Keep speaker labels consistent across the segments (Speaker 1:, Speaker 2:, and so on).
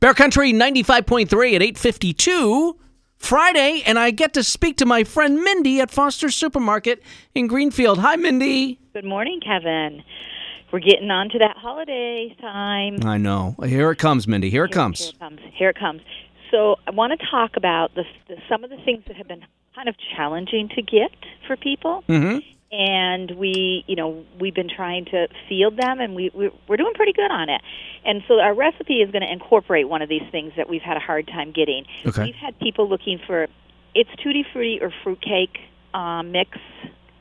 Speaker 1: Bear Country 95.3 at 852 Friday, and I get to speak to my friend Mindy at Foster Supermarket in Greenfield. Hi, Mindy.
Speaker 2: Good morning, Kevin. We're getting on to that holiday time.
Speaker 1: I know. Here it comes, Mindy. Here it
Speaker 2: Here
Speaker 1: comes.
Speaker 2: it comes. Here it comes. So I want to talk about the, the, some of the things that have been kind of challenging to get for people.
Speaker 1: Mm-hmm.
Speaker 2: and we you know we've been trying to field them and we, we we're doing pretty good on it and so our recipe is going to incorporate one of these things that we've had a hard time getting
Speaker 1: Okay.
Speaker 2: we've had people looking for it's tutti frutti or fruitcake uh, mix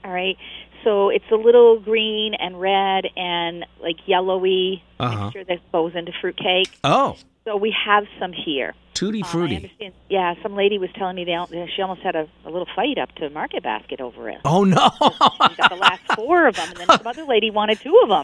Speaker 2: all right so it's a little green and red and like yellowy
Speaker 1: Uh-huh.
Speaker 2: mixture that goes into fruitcake
Speaker 1: Oh,
Speaker 2: so we have some here
Speaker 1: tutti
Speaker 2: Um, I
Speaker 1: frutti.
Speaker 2: understand. Yeah, some lady was telling me they, al- she almost had a, a little fight up to Market Basket over it
Speaker 1: Oh, no.
Speaker 2: she got the last four of them, and then some other lady wanted two of them.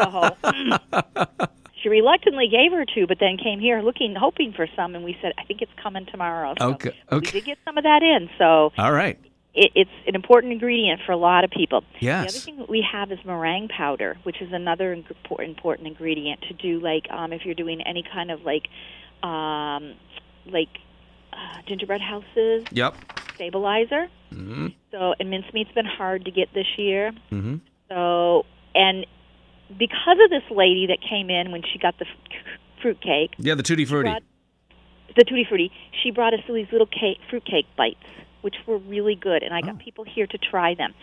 Speaker 2: So she reluctantly gave her two, but then came here looking, hoping for some, and we said, "I think it's coming tomorrow." So
Speaker 1: Okay,
Speaker 2: We
Speaker 1: okay.
Speaker 2: did get some of that in, so
Speaker 1: All right.
Speaker 2: it, it's an important ingredient for a lot of people. The
Speaker 1: Yes.
Speaker 2: other thing that we have is meringue powder, which is another ing- por- important ingredient to do, like um, if you're doing any kind of like, um, like uh, gingerbread houses
Speaker 1: Yep.
Speaker 2: stabilizer.
Speaker 1: Mm-hmm.
Speaker 2: So and mincemeat's been hard to get this year.
Speaker 1: Mm-hmm.
Speaker 2: So, and because of this lady that came in when she got the f- fruitcake,
Speaker 1: Yeah, the tutti frutti.
Speaker 2: brought- the tutti frutti, she brought us these little cake, fruitcake bites, which were really good, and I
Speaker 1: Oh.
Speaker 2: got people here to try them.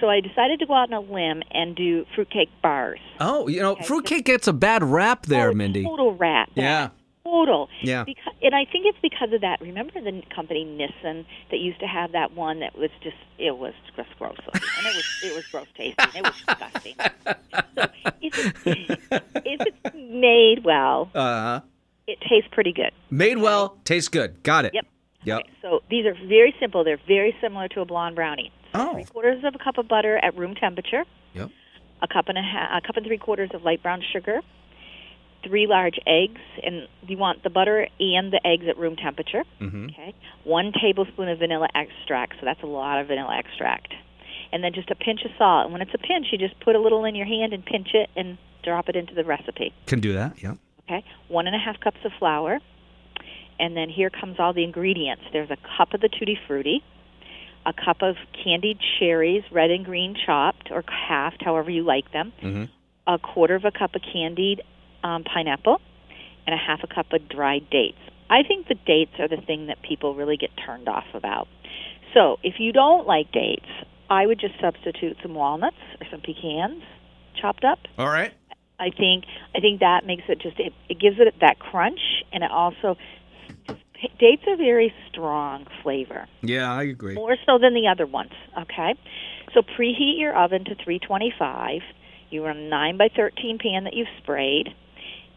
Speaker 2: So I decided to go out on a limb and do fruitcake bars.
Speaker 1: Oh, you know, fruitcake gets a bad rap there,
Speaker 2: Oh, it's
Speaker 1: Mindy.
Speaker 2: Total rat.
Speaker 1: Yeah.
Speaker 2: Total.
Speaker 1: Yeah.
Speaker 2: Because, and I think it's because of that. Remember the n- company Nissen that used to have that one that was just it was just gross looking and it was it was gross tasting. It was disgusting. so if, it, if it's made well,
Speaker 1: Uh,
Speaker 2: it tastes pretty good.
Speaker 1: made well, tastes good. Got it.
Speaker 2: Yep.
Speaker 1: Yep.
Speaker 2: Okay, so these are very simple. They're very similar to a blonde brownie. So
Speaker 1: Oh.
Speaker 2: Three quarters of a cup of butter at room temperature.
Speaker 1: Yep.
Speaker 2: a cup and a half, a cup and three quarters of light brown sugar, three large eggs, and you want the butter and the eggs at room temperature.
Speaker 1: Mm-hmm.
Speaker 2: Okay, one tablespoon of vanilla extract, so that's a lot of vanilla extract, and then just a pinch of salt. And when it's a pinch, you just put a little in your hand and pinch it and drop it into the recipe.
Speaker 1: Can do that. Yep.
Speaker 2: Okay, one and a half cups of flour, and then here comes all the ingredients. There's a cup of the tutti frutti. A cup of candied cherries, red and green chopped or halved, however you like them
Speaker 1: Mm-hmm.
Speaker 2: a quarter of a cup of candied um, pineapple and a half a cup of dried dates. I think the dates are the thing that people really get turned off about. So if you don't like dates, I would just substitute some walnuts or some pecans chopped up.
Speaker 1: All right.
Speaker 2: I think I think that makes it just it, it gives it that crunch and it also just, dates are very strong flavor
Speaker 1: Yeah, I agree.
Speaker 2: more so than the other ones. Okay, so preheat your oven to 325. You run a 9 by 13 pan that you've sprayed,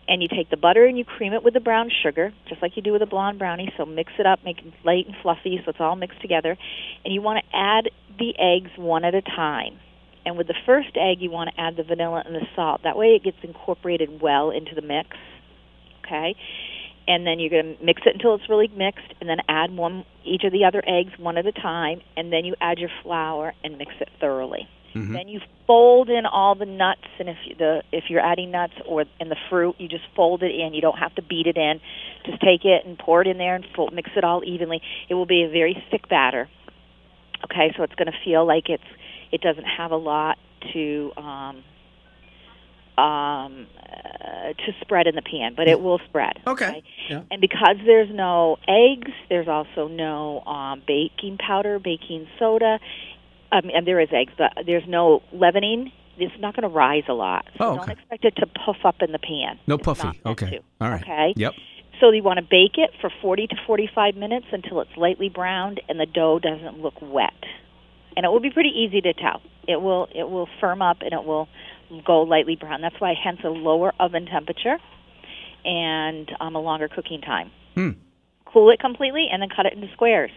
Speaker 2: and you take the butter and you cream it with the brown sugar, just like you do with a blonde brownie. So mix it up, make it light and fluffy, so it's all mixed together. And you want to add the eggs one at a time. And with the first egg, you want to add the vanilla and the salt. That way, it gets incorporated well into the mix. Okay, and then you're going to mix it until it's really mixed and then add one each of the other eggs one at a time and then you add your flour and mix it thoroughly
Speaker 1: Mhm.
Speaker 2: then you fold in all the nuts and if you, the if you're adding nuts or in the fruit you just fold it in you don't have to beat it in just take it and pour it in there and fold, mix it all evenly it will be a very thick batter okay so it's going to feel like it's it doesn't have a lot to um um uh, to spread in the pan but it will spread
Speaker 1: Okay. Yeah.
Speaker 2: and because there's no eggs, there's also no um, baking powder, baking soda. Um, and there is eggs, but there's no leavening. It's not going to rise a lot. So
Speaker 1: Oh, okay.
Speaker 2: Don't expect it to puff up in the pan.
Speaker 1: No
Speaker 2: It's
Speaker 1: puffy.
Speaker 2: not meant
Speaker 1: Okay.
Speaker 2: to,
Speaker 1: All right.
Speaker 2: Okay.
Speaker 1: Yep.
Speaker 2: So you want to bake it for 40 to 45 minutes until it's lightly browned and the dough doesn't look wet. And it will be pretty easy to tell. It will it will firm up and it will go lightly brown. That's why hence a lower oven temperature and um, a longer cooking time.
Speaker 1: Hmm.
Speaker 2: Cool it completely and then cut it into squares.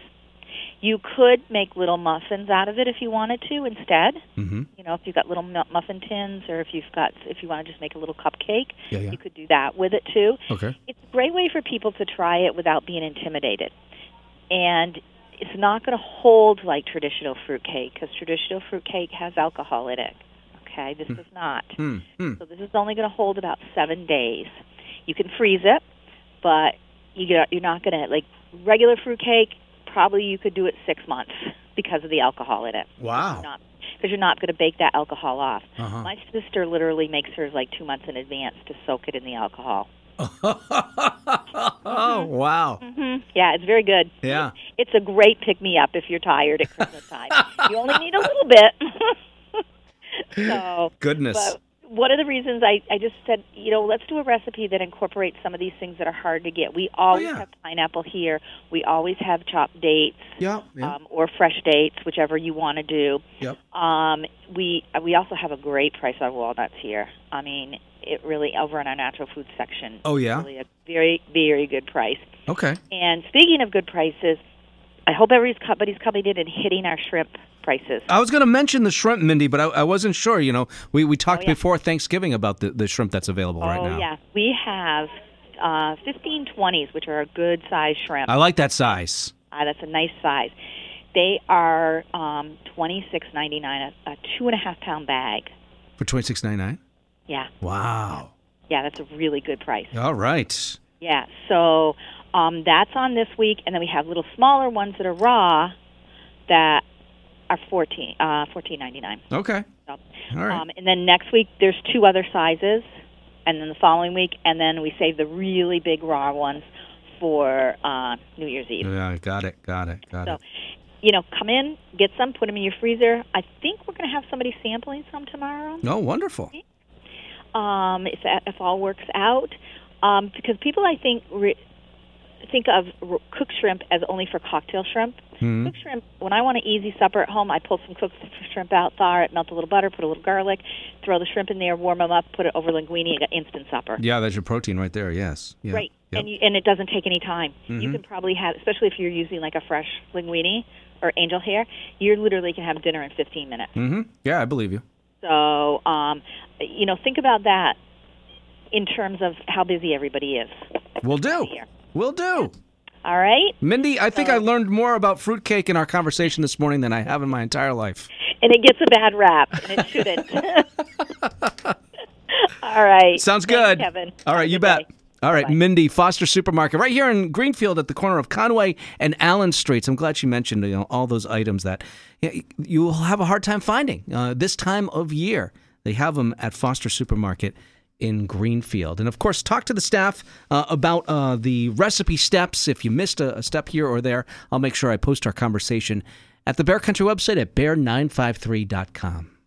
Speaker 2: You could make little muffins out of it if you wanted to instead.
Speaker 1: Mm-hmm.
Speaker 2: You know, if you've got little mu- muffin tins or if you've got if you want to just make a little cupcake,
Speaker 1: Yeah, yeah.
Speaker 2: you could do that with it too
Speaker 1: Okay.
Speaker 2: it's a great way for people to try it without being intimidated. And it's not going to hold like traditional fruitcake because traditional fruitcake has alcohol in it. Okay, this does not.
Speaker 1: Hmm. Hmm.
Speaker 2: So this is only going to hold about seven days. You can freeze it. but you get, you're not going to like regular fruitcake. Probably you could do it six months because of the alcohol in it.
Speaker 1: Wow.
Speaker 2: Because you're not going to bake that alcohol off.
Speaker 1: Uh-huh.
Speaker 2: My sister literally makes hers like two months in advance to soak it in the alcohol.
Speaker 1: oh, wow.
Speaker 2: hmm Yeah, it's very good.
Speaker 1: Yeah.
Speaker 2: It's a great pick me up if you're tired at Christmas time. you only need a little bit. so,
Speaker 1: Goodness.
Speaker 2: but one of the reasons I, I just said, you know, let's do a recipe that incorporates some of these things that are hard to get. We always
Speaker 1: Oh, yeah.
Speaker 2: have pineapple here. We always have chopped dates
Speaker 1: Yeah. Yeah.
Speaker 2: um, or fresh dates, whichever you want to do.
Speaker 1: Yep.
Speaker 2: Um, we uh, we also have a great price on walnuts here. I mean, it really over in our natural food section.
Speaker 1: Oh, yeah?
Speaker 2: really a very very good price.
Speaker 1: Okay.
Speaker 2: And speaking of good prices, I hope everybody's coming in and hitting our shrimp prices.
Speaker 1: I was going to mention the shrimp, Mindy, but I, I wasn't sure. You know, we, we talked
Speaker 2: Oh, yeah.
Speaker 1: before Thanksgiving about the, the shrimp that's available right
Speaker 2: oh
Speaker 1: now.
Speaker 2: yeah, we have uh, 1520s, which are a good size shrimp.
Speaker 1: I like that size.
Speaker 2: Uh, that's a nice size. They are um, 26.99 a, a two and a half pound bag.
Speaker 1: For twenty six ninety nine.
Speaker 2: Yeah,
Speaker 1: Wow.
Speaker 2: yeah, that's a really good price.
Speaker 1: All right.
Speaker 2: Yeah, so um, that's on this week, and then we have little smaller ones that are raw that are fourteen uh, fourteen ninety nine.
Speaker 1: Okay.
Speaker 2: So,
Speaker 1: All right.
Speaker 2: um, and then next week there's two other sizes, and then the following week, and then we save the really big raw ones for uh, New Year's Eve.
Speaker 1: yeah, got it. Got it. Got
Speaker 2: So,
Speaker 1: it.
Speaker 2: you know, come in, get some, put them in your freezer. I think we're going to have somebody sampling some tomorrow,
Speaker 1: Oh, wonderful.
Speaker 2: um, if that, if all works out, um, because people I think re- think of r- cooked shrimp as only for cocktail shrimp.
Speaker 1: Hmm.
Speaker 2: Cooked shrimp. When I want an easy supper at home, I pull some cooked shrimp out, thaw it, melt a little butter, put a little garlic, throw the shrimp in there, warm them up, put it over linguine, and got instant supper.
Speaker 1: Yeah, that's your protein right there. Yes. Yeah.
Speaker 2: Right,
Speaker 1: Yep.
Speaker 2: and you, and it doesn't take any time. You
Speaker 1: Mhm.
Speaker 2: can probably have, especially if you're using like a fresh linguine or angel hair, you literally can have dinner in 15 minutes.
Speaker 1: hmm Yeah, I believe you.
Speaker 2: So, um, you know, think about that in terms of how busy everybody is.
Speaker 1: We'll do.
Speaker 2: Here.
Speaker 1: We'll do.
Speaker 2: All right,
Speaker 1: Mindy, I think I learned more about fruitcake in our conversation this morning than I have in my entire life.
Speaker 2: and it gets a bad rap, and it shouldn't. All right,
Speaker 1: Sounds
Speaker 2: Thanks,
Speaker 1: good.
Speaker 2: Kevin.
Speaker 1: All
Speaker 2: Have
Speaker 1: right,
Speaker 2: a
Speaker 1: you
Speaker 2: good
Speaker 1: bet.
Speaker 2: day.
Speaker 1: All right,
Speaker 2: Bye-bye.
Speaker 1: Mindy Foster Supermarket, right here in Greenfield at the corner of Conway and Allen Streets. I'm glad you mentioned you know, all those items that yeah, you will have a hard time finding uh, this time of year. They have them at Foster Supermarket in Greenfield. And of course, talk to the staff uh, about uh, the recipe steps. If you missed a, a step here or there, I'll make sure I post our conversation at the Bear Country website at bear953.com.